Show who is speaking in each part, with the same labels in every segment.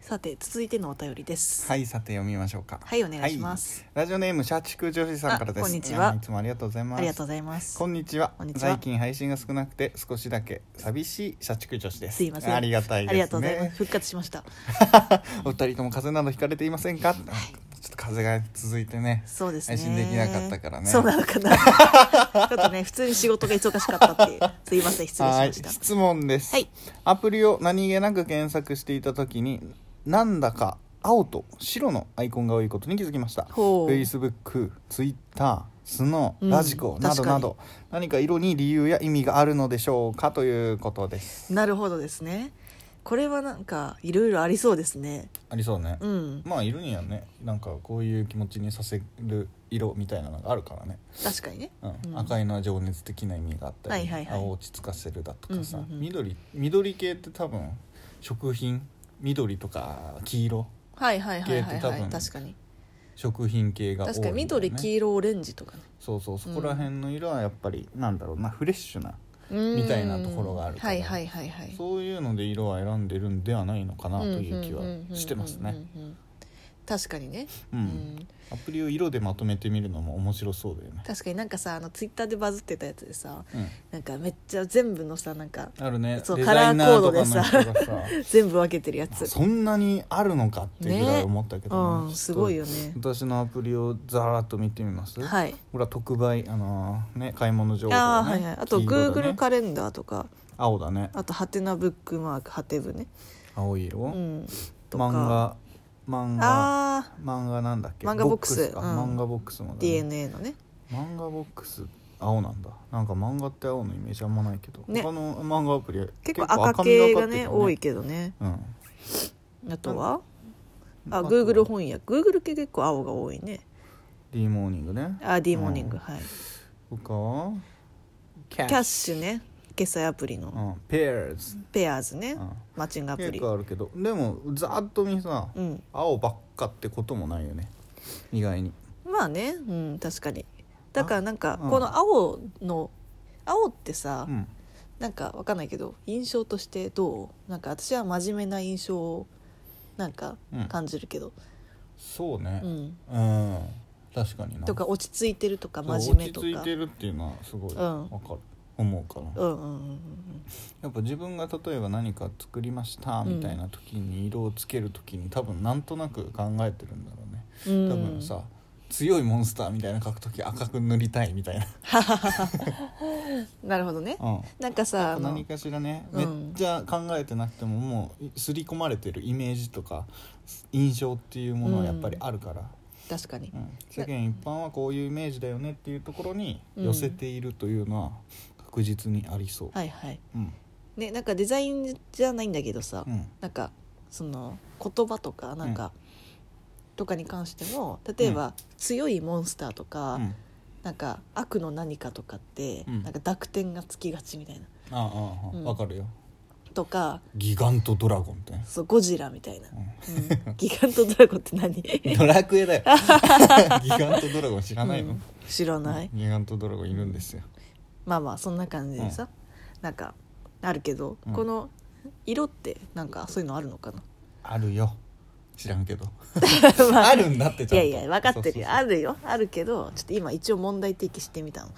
Speaker 1: さて続いてのお便りです
Speaker 2: はいさて読みましょうか
Speaker 1: はいお願いします、
Speaker 2: ラジオネーム社畜女子さんからで
Speaker 1: あ
Speaker 2: す
Speaker 1: こんにちはい
Speaker 2: やいつもありがとうございます
Speaker 1: ありがとうございます
Speaker 2: こんにちは
Speaker 1: こんにちは
Speaker 2: 最近配信が少なくて少しだけ寂しい社畜女子です
Speaker 1: すいません
Speaker 2: ありがたいですね
Speaker 1: ありがとうございます復活しました
Speaker 2: お二人とも風邪などひかれていませんか、ちょっと風邪が続いてね
Speaker 1: そうですね
Speaker 2: 配信できなかったからね
Speaker 1: そうなのか なちょっとね普通に仕事が忙しかったっていうすいません失礼し
Speaker 2: は
Speaker 1: ま
Speaker 2: い
Speaker 1: した
Speaker 2: 質問です、
Speaker 1: はい
Speaker 2: アプリを何気なく検索していた時になんだか青と白のアイコンが多いことに気づきました
Speaker 1: ほう
Speaker 2: Facebook、Twitter、スノ
Speaker 1: う
Speaker 2: ー、
Speaker 1: ん
Speaker 2: ラジコなどなど、何か色に理由や意味があるのでしょうかということです
Speaker 1: なるほどですねこれはなんかいろいろありそうですね
Speaker 2: ありそうね、
Speaker 1: うん
Speaker 2: まあいるんやねなんかこういう気持ちにさせる色みたいなのがあるからね、
Speaker 1: 確かにね、
Speaker 2: うん
Speaker 1: うん
Speaker 2: 赤いのは情熱的な意味があった
Speaker 1: はい
Speaker 2: り、
Speaker 1: はいはい
Speaker 2: 青を落ち着かせるだとかさ、
Speaker 1: うんうんうん
Speaker 2: 緑緑系って多分食品緑とか黄色
Speaker 1: はいはいはいはい、
Speaker 2: 系って
Speaker 1: は
Speaker 2: 多
Speaker 1: い、
Speaker 2: 分
Speaker 1: 確かに
Speaker 2: 食品系が多い
Speaker 1: 確かに
Speaker 2: んだよね
Speaker 1: 緑黄色オレンジとかね
Speaker 2: そうそうそこら辺の色はやっぱり、なんだろうなフレッシュな
Speaker 1: み
Speaker 2: みたいなところがあるから
Speaker 1: はいはいはいはい
Speaker 2: そういうので色は選んでるんではないのかなという気はしてますね。
Speaker 1: うんうんうんうんうん確かにね、
Speaker 2: う、
Speaker 1: うんん、
Speaker 2: アプリを色でまとめてみるのも面白そうだよね。
Speaker 1: 確かになんかさあのツイッターでバズってたやつでさ
Speaker 2: う
Speaker 1: なんかめっちゃ全部のさなんか
Speaker 2: ん、あるね。
Speaker 1: そう
Speaker 2: デザイナーとかの人が
Speaker 1: カラーコ
Speaker 2: さ、
Speaker 1: 全部分けてるやつ
Speaker 2: そんなにあるのかっていうぐらい
Speaker 1: ね
Speaker 2: 思ったけど、
Speaker 1: うんすごいよね
Speaker 2: ちょっと私のアプリをざらっと見てみます。い。
Speaker 1: はい
Speaker 2: ほら特売あのーね買い物情報、ね、
Speaker 1: あーはいはい、あと
Speaker 2: 黄色だね
Speaker 1: Google カレンダーとか
Speaker 2: 青だね
Speaker 1: あとハテナブックマークハテブね、
Speaker 2: 青い色、
Speaker 1: うん、と
Speaker 2: 漫
Speaker 1: か
Speaker 2: 画漫
Speaker 1: あ
Speaker 2: 画
Speaker 1: あ
Speaker 2: 漫画なんだっけ
Speaker 1: 漫画ボックス
Speaker 2: か、
Speaker 1: うん
Speaker 2: 漫画ボックスもだ、ね、
Speaker 1: DNA のね
Speaker 2: 漫画ボックス青なんだなんか漫画って青のイメージあんまないけど、
Speaker 1: ね
Speaker 2: 他の漫画アプリ
Speaker 1: 結構赤系が
Speaker 2: って
Speaker 1: ね
Speaker 2: うか
Speaker 1: 多いけどね
Speaker 2: うん
Speaker 1: あとはあ
Speaker 2: あと
Speaker 1: Google 翻訳 Google 系結構青が多いね
Speaker 2: D モーニングね
Speaker 1: あー D モーニング、
Speaker 2: うん
Speaker 1: はい
Speaker 2: 他はキャ
Speaker 1: キャッシュね決済アプリの、
Speaker 2: うんペアーズ、
Speaker 1: ペアーズね、
Speaker 2: うん、
Speaker 1: マッチングアプ
Speaker 2: 結
Speaker 1: リ
Speaker 2: 構あるけどでもざーっと見さ、
Speaker 1: うん
Speaker 2: 青ばっかってこともないよね意外に
Speaker 1: まあねうん確かにだからなんか
Speaker 2: うん
Speaker 1: この青の青ってさ、
Speaker 2: うん
Speaker 1: なんかわかんないけど印象としてどうなんか私は真面目な印象をなんか
Speaker 2: うん
Speaker 1: 感じるけど、
Speaker 2: そうね
Speaker 1: うん
Speaker 2: うん、確かにな
Speaker 1: とか落ち着いてるとか
Speaker 2: そう
Speaker 1: 真面目とか
Speaker 2: 落ち着いてるっていうのはすごい
Speaker 1: うん
Speaker 2: わかる、思うかな、
Speaker 1: うんうんうん
Speaker 2: やっぱ自分が例えば何か作りましたみたいな時に色をつける時に多分なんとなく考えてるんだろうね
Speaker 1: うんうん
Speaker 2: 多分さ、強いモンスターみたいな描く時赤く塗りたいみたいな、
Speaker 1: なるほどね
Speaker 2: うん、
Speaker 1: なんかさあの
Speaker 2: 何かしらね
Speaker 1: う
Speaker 2: めっ
Speaker 1: ん
Speaker 2: ちゃ考えてなくてももう刷り込まれてるイメージとか印象っていうものはやっぱりあるから、
Speaker 1: 確かに
Speaker 2: うん世間一般はこういうイメージだよねっていうところに寄せているというのは確実にありそう。
Speaker 1: はいはい
Speaker 2: うん
Speaker 1: ねなんかデザインじゃないんだけどさ、
Speaker 2: うん
Speaker 1: なんかその言葉とかなんか、とかに関しても例えば、強いモンスターとか、
Speaker 2: うん
Speaker 1: なんか悪の何かとかって、
Speaker 2: うん
Speaker 1: なんか濁点がつきがちみたいな
Speaker 2: ああああ
Speaker 1: うん
Speaker 2: わかるよ。
Speaker 1: とか
Speaker 2: ギガントドラゴンってね
Speaker 1: そうゴジラみたいな、うん ギガントドラゴンって何
Speaker 2: ドラクエだよ ギガントドラゴン知らない
Speaker 1: う
Speaker 2: の、
Speaker 1: ん知らない、
Speaker 2: ギガントドラゴンいるんですよ
Speaker 1: まあまあそんな感じでさ、なんかあるけど、
Speaker 2: うん
Speaker 1: この色ってなんかそういうのあるのかな
Speaker 2: あるよ知らんけど
Speaker 1: まあ
Speaker 2: あるんだって
Speaker 1: い
Speaker 2: ちゃん
Speaker 1: や
Speaker 2: と
Speaker 1: いや分かってるよ
Speaker 2: そうそうそう
Speaker 1: あるよあるけどちょっと今一応問題提起してみたの、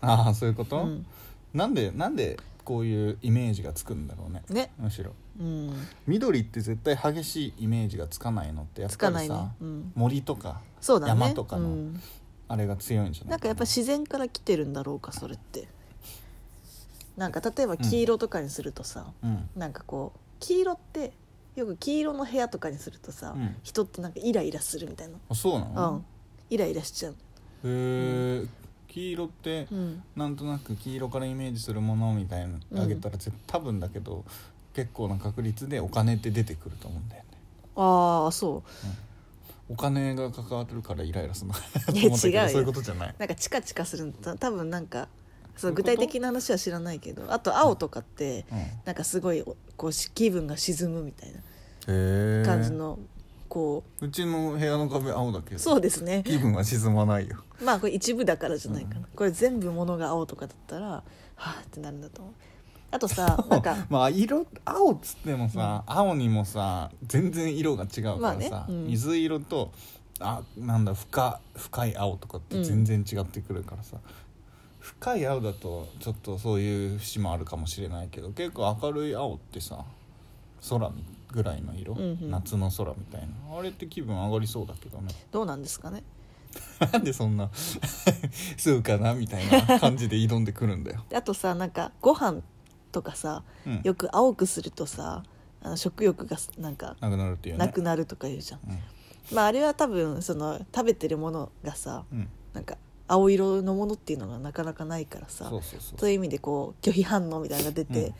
Speaker 2: ああそういうこと、
Speaker 1: うん
Speaker 2: なんでなんでこういうイメージがつくんだろうね
Speaker 1: ね
Speaker 2: むしろ
Speaker 1: うん、
Speaker 2: 緑って絶対激しいイメージがつかないのってやっ
Speaker 1: つか
Speaker 2: ぱ
Speaker 1: な
Speaker 2: り
Speaker 1: いね
Speaker 2: さ、、
Speaker 1: うん、
Speaker 2: 森とか
Speaker 1: そうだね
Speaker 2: 山とか
Speaker 1: う
Speaker 2: の
Speaker 1: ん、
Speaker 2: あれが強いんじゃな
Speaker 1: ないんかやっぱ自然から来てるんだろうかそれってなんか例えば黄色とかにするとさ、
Speaker 2: うん
Speaker 1: なんかこう黄色ってよく黄色の部屋とかにするとさ、
Speaker 2: うん
Speaker 1: 人ってなんかイライラするみたいな
Speaker 2: あそうな
Speaker 1: うん、
Speaker 2: の、
Speaker 1: イライラしちゃう、
Speaker 2: へえ黄色って、
Speaker 1: うん、
Speaker 2: なんとなく黄色からイメージするものみたいな
Speaker 1: うん
Speaker 2: のあげたら、絶多分だけど結構な確率でお金って出てくると思うんだよね
Speaker 1: ああそう
Speaker 2: お金が関わってるからイライラするのかな
Speaker 1: い
Speaker 2: と
Speaker 1: や
Speaker 2: 思ったけ
Speaker 1: 違うよ
Speaker 2: どそういうことじゃない
Speaker 1: なんかチカチカするのた多分なんかそ
Speaker 2: そうういう
Speaker 1: 具
Speaker 2: こと
Speaker 1: 体的な話は知らないけどあと青とかって、
Speaker 2: うんへ
Speaker 1: なんかすごいこうし気分が沈むみたいな
Speaker 2: え
Speaker 1: 感じの、こう
Speaker 2: うちの部屋の壁青だけど
Speaker 1: そうですね
Speaker 2: 気分は沈まないよ
Speaker 1: まあこれ一部だからじゃないかな、これ全部ものが青とかだったらはあってなるんだと思うあとさなんか
Speaker 2: まあ色青っつってもさ、青にもさ全然色が違うからさ、
Speaker 1: まあねうん
Speaker 2: 水色とあなんだ深深い青とかって全然違ってくるからさ、深い青だとちょっとそういう節もあるかもしれないけど結構明るい青ってさ空ぐらいの色、
Speaker 1: うんうん
Speaker 2: 夏の空みたいなあれって気分上がりそうだけどね
Speaker 1: どうなんですかね
Speaker 2: なんでそんな そうかなみたいな感じで挑んでくるんだよ、
Speaker 1: であとさなんかご飯とかさ
Speaker 2: うん、
Speaker 1: よく青くするとさあの食欲がすなんか
Speaker 2: なくなるっていうね
Speaker 1: なくなるとか言うじゃん、
Speaker 2: うん
Speaker 1: まああれは多分その食べてるものがさ
Speaker 2: うん、
Speaker 1: なんか青色のものっていうのがなかなかないからさ
Speaker 2: そうそうそう
Speaker 1: そういう意味でこう拒否反応みたいなのが出て、
Speaker 2: うん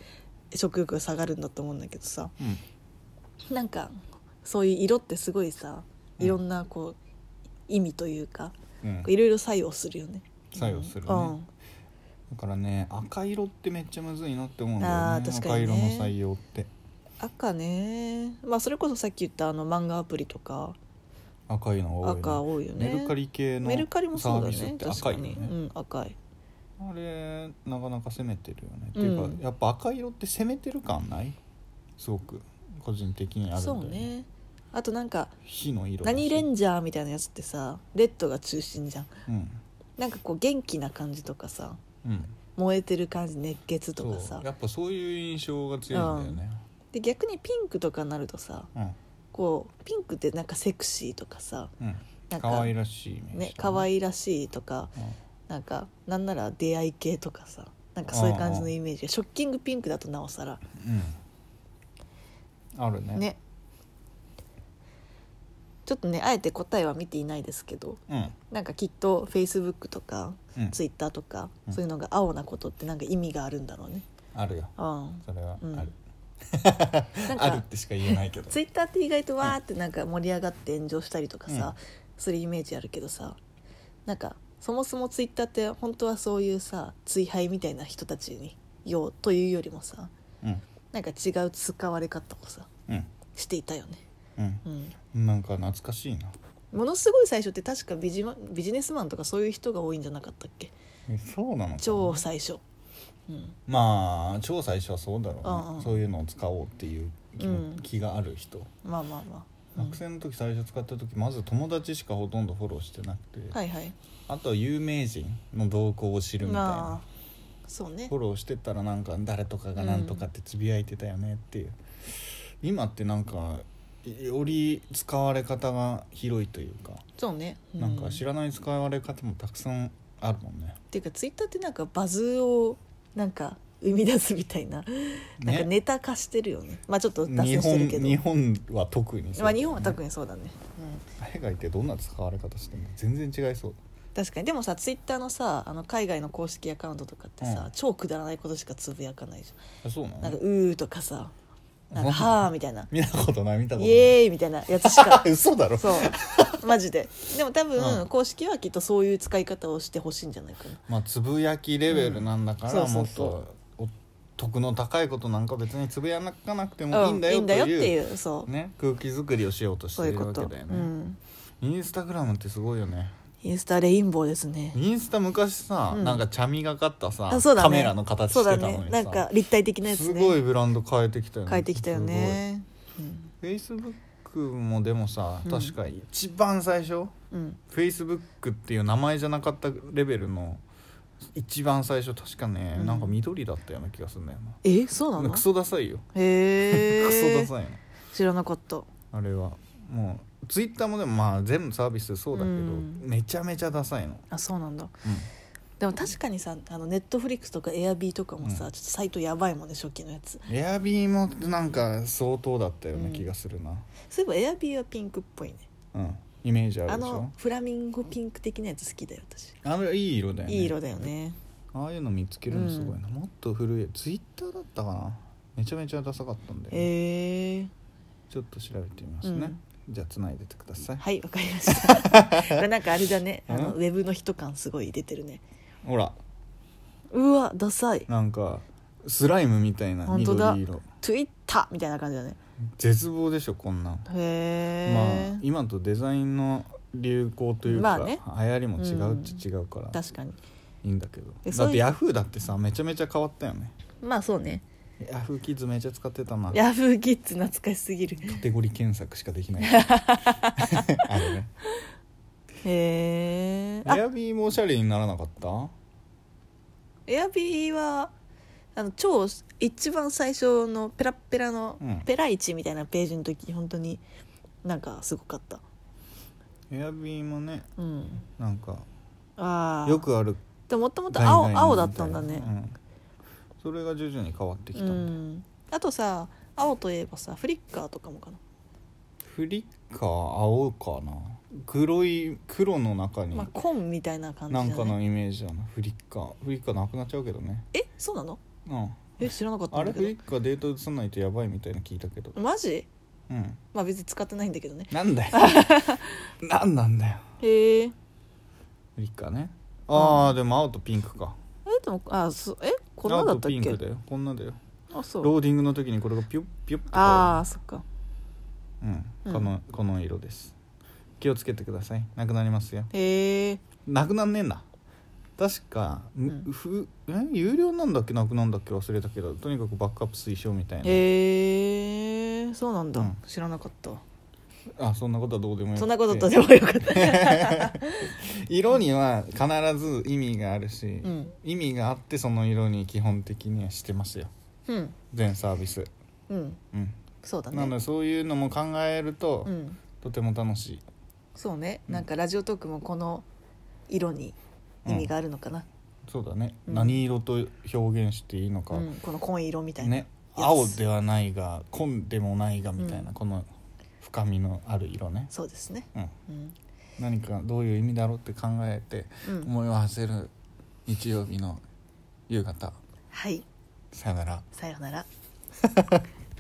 Speaker 1: 食欲が下がるんだと思うんだけどさ
Speaker 2: うん
Speaker 1: なんかそういう色ってすごいさ
Speaker 2: うん
Speaker 1: いろんなこう、意味というか
Speaker 2: うん
Speaker 1: いろいろ作用するよね。
Speaker 2: 作用するね、
Speaker 1: うん
Speaker 2: だからね赤色ってめっちゃむずいなって思うんだ
Speaker 1: あ
Speaker 2: よ
Speaker 1: ー
Speaker 2: ね
Speaker 1: 確か
Speaker 2: 赤
Speaker 1: にね
Speaker 2: 色の採用って
Speaker 1: 赤ねまあそれこそさっき言ったあの漫画アプリとか
Speaker 2: 赤いのが多い、ね、
Speaker 1: 赤多いよね
Speaker 2: メルカリ系の
Speaker 1: メルカリも
Speaker 2: サ
Speaker 1: そう
Speaker 2: ー
Speaker 1: だ
Speaker 2: ビスっ
Speaker 1: ね
Speaker 2: て
Speaker 1: 確
Speaker 2: 赤
Speaker 1: か
Speaker 2: いよ
Speaker 1: に、
Speaker 2: ね
Speaker 1: うん赤い
Speaker 2: あれなかなか攻めてるよね、って
Speaker 1: う
Speaker 2: いうんかやっぱ赤色って攻めてる感ないすごく個人的にあるんだよ
Speaker 1: そうねあとなんか
Speaker 2: 火の色だし
Speaker 1: 何レンジャーみたいなやつってさレッドが中心じゃん
Speaker 2: うん
Speaker 1: なんかこう元気な感じとかさ
Speaker 2: うん
Speaker 1: 燃えてる感じ熱血とか
Speaker 2: そ
Speaker 1: さ
Speaker 2: うやっぱそういう印象が強いんだよね、
Speaker 1: で逆にピンクとかになるとさ
Speaker 2: うん
Speaker 1: こうピンクってなんかセクシーとかさ
Speaker 2: うん
Speaker 1: なんか
Speaker 2: 可愛らしいイメージ
Speaker 1: ね可
Speaker 2: い
Speaker 1: 愛らしいとかなんかなんなら出会い系とかさなんかそういう感じのイメージがショッキングピンクだとなおさら
Speaker 2: うんあるね
Speaker 1: ねちょっとねあえて答えは見ていないですけど
Speaker 2: うん
Speaker 1: なんかきっとフェイスブックとか
Speaker 2: うん
Speaker 1: ツイッターとか、
Speaker 2: うん
Speaker 1: そういうのが青なことってなんか意味があるんだろうね。
Speaker 2: あるよ
Speaker 1: うん、
Speaker 2: それはある、
Speaker 1: うんなん
Speaker 2: あるっ
Speaker 1: か
Speaker 2: てしか言えないけど
Speaker 1: ツイッターって意外とわーってなんか盛り上がって炎上したりとかさ、
Speaker 2: うん
Speaker 1: するイメージあるけどさなんかそもそもツイッターって本当はそういうさ追廃みたいな人たちにようというよりもさ
Speaker 2: うん
Speaker 1: なんか違う使われ方をさ
Speaker 2: うん
Speaker 1: していたよね。
Speaker 2: う
Speaker 1: うん
Speaker 2: んなんか懐かしいな
Speaker 1: ものすごい最初って確かビジマビジネスマンとかそういう人が多いんじゃなかったっけ
Speaker 2: えそうなのかな
Speaker 1: 超最初、うん、
Speaker 2: まあ超最初はそうだろうね、
Speaker 1: うんうん
Speaker 2: そういうのを使おうっていう気,、
Speaker 1: うん
Speaker 2: 気がある人
Speaker 1: まあまあまあ、うん
Speaker 2: 学生の時最初使った時まず友達しかほとんどフォローしてなくて、
Speaker 1: はいはい
Speaker 2: あとは有名人の動向を知るみたいな、
Speaker 1: まあそうね
Speaker 2: フォローしてたらなんか誰とかがなんとかってつぶやいてたよねっていう、今ってなんかより使われ方が広いというか、
Speaker 1: そうね、う
Speaker 2: なんか知
Speaker 1: っ
Speaker 2: らない使われ方もたくさんあるもんね
Speaker 1: ていうかツイッターってなんかバズをなんか生み出すみたいな,、なんかネタ化してるよねまあちょっと脱線
Speaker 2: 日
Speaker 1: して
Speaker 2: 本
Speaker 1: るけど
Speaker 2: 日本は特にそう
Speaker 1: まあ、
Speaker 2: だよね
Speaker 1: 日本は特にそうだね、うん
Speaker 2: 海外ってどんな使われ方してんの全然違いそう
Speaker 1: 確かにでもさツイッターのさあの海外の公式アカウントとかってさ、
Speaker 2: うん
Speaker 1: 超くだらないことしかつぶやかないじ
Speaker 2: あそうな
Speaker 1: ゃん、な
Speaker 2: の
Speaker 1: んか「うー」とかさ「なんか
Speaker 2: そうなの
Speaker 1: はー」みたいな
Speaker 2: 見たことない見
Speaker 1: 「
Speaker 2: たこ
Speaker 1: イ
Speaker 2: とない
Speaker 1: エーイ」みたいなやつしか
Speaker 2: 嘘だろ
Speaker 1: そうマジででも多分、
Speaker 2: うん
Speaker 1: 公式はきっとそういう使い方をしてほしいんじゃないかな
Speaker 2: まあつぶやきレベルなんだか
Speaker 1: う
Speaker 2: ら
Speaker 1: んそ
Speaker 2: も
Speaker 1: う
Speaker 2: っ
Speaker 1: そうそう
Speaker 2: とお得の高いことなんか別につぶやかなくてもいいんだ
Speaker 1: う
Speaker 2: よと
Speaker 1: って
Speaker 2: い
Speaker 1: いううそう、
Speaker 2: ね空気作りをしようとし
Speaker 1: そうい
Speaker 2: て
Speaker 1: う
Speaker 2: る
Speaker 1: こと、
Speaker 2: わけだよ
Speaker 1: う
Speaker 2: ね
Speaker 1: ん
Speaker 2: インスタグラムってすごいよね
Speaker 1: インスタレインボーですね
Speaker 2: インスタ昔さ
Speaker 1: うん
Speaker 2: なんか茶みがかったさ
Speaker 1: あそうだね
Speaker 2: カメラの形してたの
Speaker 1: そうだ
Speaker 2: に
Speaker 1: ねなんか
Speaker 2: さ
Speaker 1: 立体的なやつね
Speaker 2: すごいブランド変えてきたよね
Speaker 1: 変えてきたよねうん
Speaker 2: フェイスブックもでもさ
Speaker 1: うん
Speaker 2: 確か一番最初、
Speaker 1: うん
Speaker 2: フェイスブックっていう名前じゃなかったレベルの一番最初確かね、
Speaker 1: うん
Speaker 2: なんか緑だったような気がするんだよ
Speaker 1: えそうな
Speaker 2: な
Speaker 1: の
Speaker 2: クソダサいよ、
Speaker 1: へ
Speaker 2: クソ
Speaker 1: え
Speaker 2: ダサいの
Speaker 1: 知らなかった
Speaker 2: あれはもうツイッターもでもまあ全部サービスそうだけど、
Speaker 1: うん
Speaker 2: めちゃめちゃダサいの、
Speaker 1: あそうなんだ
Speaker 2: うん
Speaker 1: でも確かにさあのネットフリックスとかエアビーとかもさ、
Speaker 2: うん
Speaker 1: ちょっとサイトやばいもんね初期のやつ
Speaker 2: エアビーもなんか相当だったよう
Speaker 1: う
Speaker 2: なん気がするな、
Speaker 1: そういえばエアビーはピンクっぽいね
Speaker 2: うんイメージあ
Speaker 1: あ
Speaker 2: るでしょ
Speaker 1: のフラミンゴピンク的なやつ好きだよ私
Speaker 2: あれいい色だよね
Speaker 1: いい色だよね
Speaker 2: ああいうの見つけるのすごいな、もっと古いツイッターだったかなめちゃめちゃダサかったんで、
Speaker 1: へえ
Speaker 2: ちょっと調べてみますね、じゃあつないでてください、
Speaker 1: はいわかりましたこ れなんかあれだねあの
Speaker 2: う
Speaker 1: ウ
Speaker 2: ん
Speaker 1: ェブの人感すごい出てるね
Speaker 2: ほら
Speaker 1: うわダサい
Speaker 2: なんかスライムみたいな
Speaker 1: 本当だ
Speaker 2: 緑色
Speaker 1: ツイッターみたいな感じだね
Speaker 2: 絶望でしょこんなん、
Speaker 1: へえ、
Speaker 2: まあ今とデザインの流行という
Speaker 1: まあ
Speaker 2: か、
Speaker 1: ね
Speaker 2: 流行りも違うっちゃ違うから
Speaker 1: 確かに
Speaker 2: いいんだけど、
Speaker 1: えそ
Speaker 2: だ
Speaker 1: う
Speaker 2: っ
Speaker 1: いう
Speaker 2: てヤフーだってさめちゃめちゃ変わったよね
Speaker 1: まあそうね
Speaker 2: ヤフーキッズめっちゃ使ってたな
Speaker 1: ヤフーキッズ懐かしすぎる
Speaker 2: カテゴリー検索しかで きないあれね
Speaker 1: へえ
Speaker 2: エアビーもおしゃれにならなかった
Speaker 1: エアビーはあの超一番最初のペラッペラの、
Speaker 2: うん
Speaker 1: ペライチみたいなページの時本当になんかすごかった
Speaker 2: エアビーもね
Speaker 1: うん
Speaker 2: なんか
Speaker 1: ああ
Speaker 2: よくある
Speaker 1: でももともと
Speaker 2: 海外
Speaker 1: 青
Speaker 2: のみいな
Speaker 1: 青だったんだね
Speaker 2: うんそれが徐々に変わってき
Speaker 1: う
Speaker 2: たんだ
Speaker 1: んあとさ青といえばさフリッカーとかもかな、
Speaker 2: フリッカー青かな黒い黒の中に
Speaker 1: まあコンみたいな感じじ
Speaker 2: な
Speaker 1: ゃ
Speaker 2: ん
Speaker 1: ない
Speaker 2: かのイメージだなフリッカーフリッカーなくなっちゃうけどね
Speaker 1: えそうなの
Speaker 2: うん
Speaker 1: え知らなかった
Speaker 2: あ
Speaker 1: ん
Speaker 2: れ
Speaker 1: だ
Speaker 2: フリ
Speaker 1: け
Speaker 2: ッカーデート移さないとやばいみたいな聞いたけど
Speaker 1: どマジ
Speaker 2: うん
Speaker 1: まあ別に使ってないんだけどね
Speaker 2: なん だよなんなんだよ
Speaker 1: へえ
Speaker 2: フリッカーねああでも青とピンクか
Speaker 1: えでもあそえこんなだったっ
Speaker 2: 青とピンク
Speaker 1: け
Speaker 2: だよこんなだよ
Speaker 1: あそう
Speaker 2: ローディングの時にこれがピュッピュッと
Speaker 1: ああそっか
Speaker 2: うん、
Speaker 1: うん
Speaker 2: このこの色です気をつけてくださいなくなりますよ
Speaker 1: へえ
Speaker 2: なくなんねえんだ確か、む
Speaker 1: うん
Speaker 2: ふえ有料なんだっけなくなんだっけ忘れたけどとにかくバックアップ推奨みたいな、
Speaker 1: へえそうなんだ、
Speaker 2: うん
Speaker 1: 知らなかった
Speaker 2: あそんなことはどうでもよくて
Speaker 1: そんなこととでもよかった
Speaker 2: 色には必ず意味があるし、
Speaker 1: うん
Speaker 2: 意味があってその色に基本的にはしてますよ
Speaker 1: うん
Speaker 2: 全サービス、
Speaker 1: うん
Speaker 2: うん
Speaker 1: そうだ
Speaker 2: なの
Speaker 1: ね
Speaker 2: でそういうのも考えると、
Speaker 1: うん
Speaker 2: とても楽しい
Speaker 1: そうね
Speaker 2: うん
Speaker 1: なんかラジオトークもこの色に意味があるのかな、
Speaker 2: そうだね、
Speaker 1: うん
Speaker 2: 何色と表現していいのか、
Speaker 1: うんこの紺色みたいな、
Speaker 2: ね青ではないが紺でもないがみたいな、
Speaker 1: うん
Speaker 2: この深みのある色ね、
Speaker 1: そうですね
Speaker 2: うん、
Speaker 1: うん、
Speaker 2: 何かどういう意味だろうって考えて
Speaker 1: うん、
Speaker 2: 思いを馳せる日曜日の夕方
Speaker 1: はい
Speaker 2: さよなら
Speaker 1: さようなら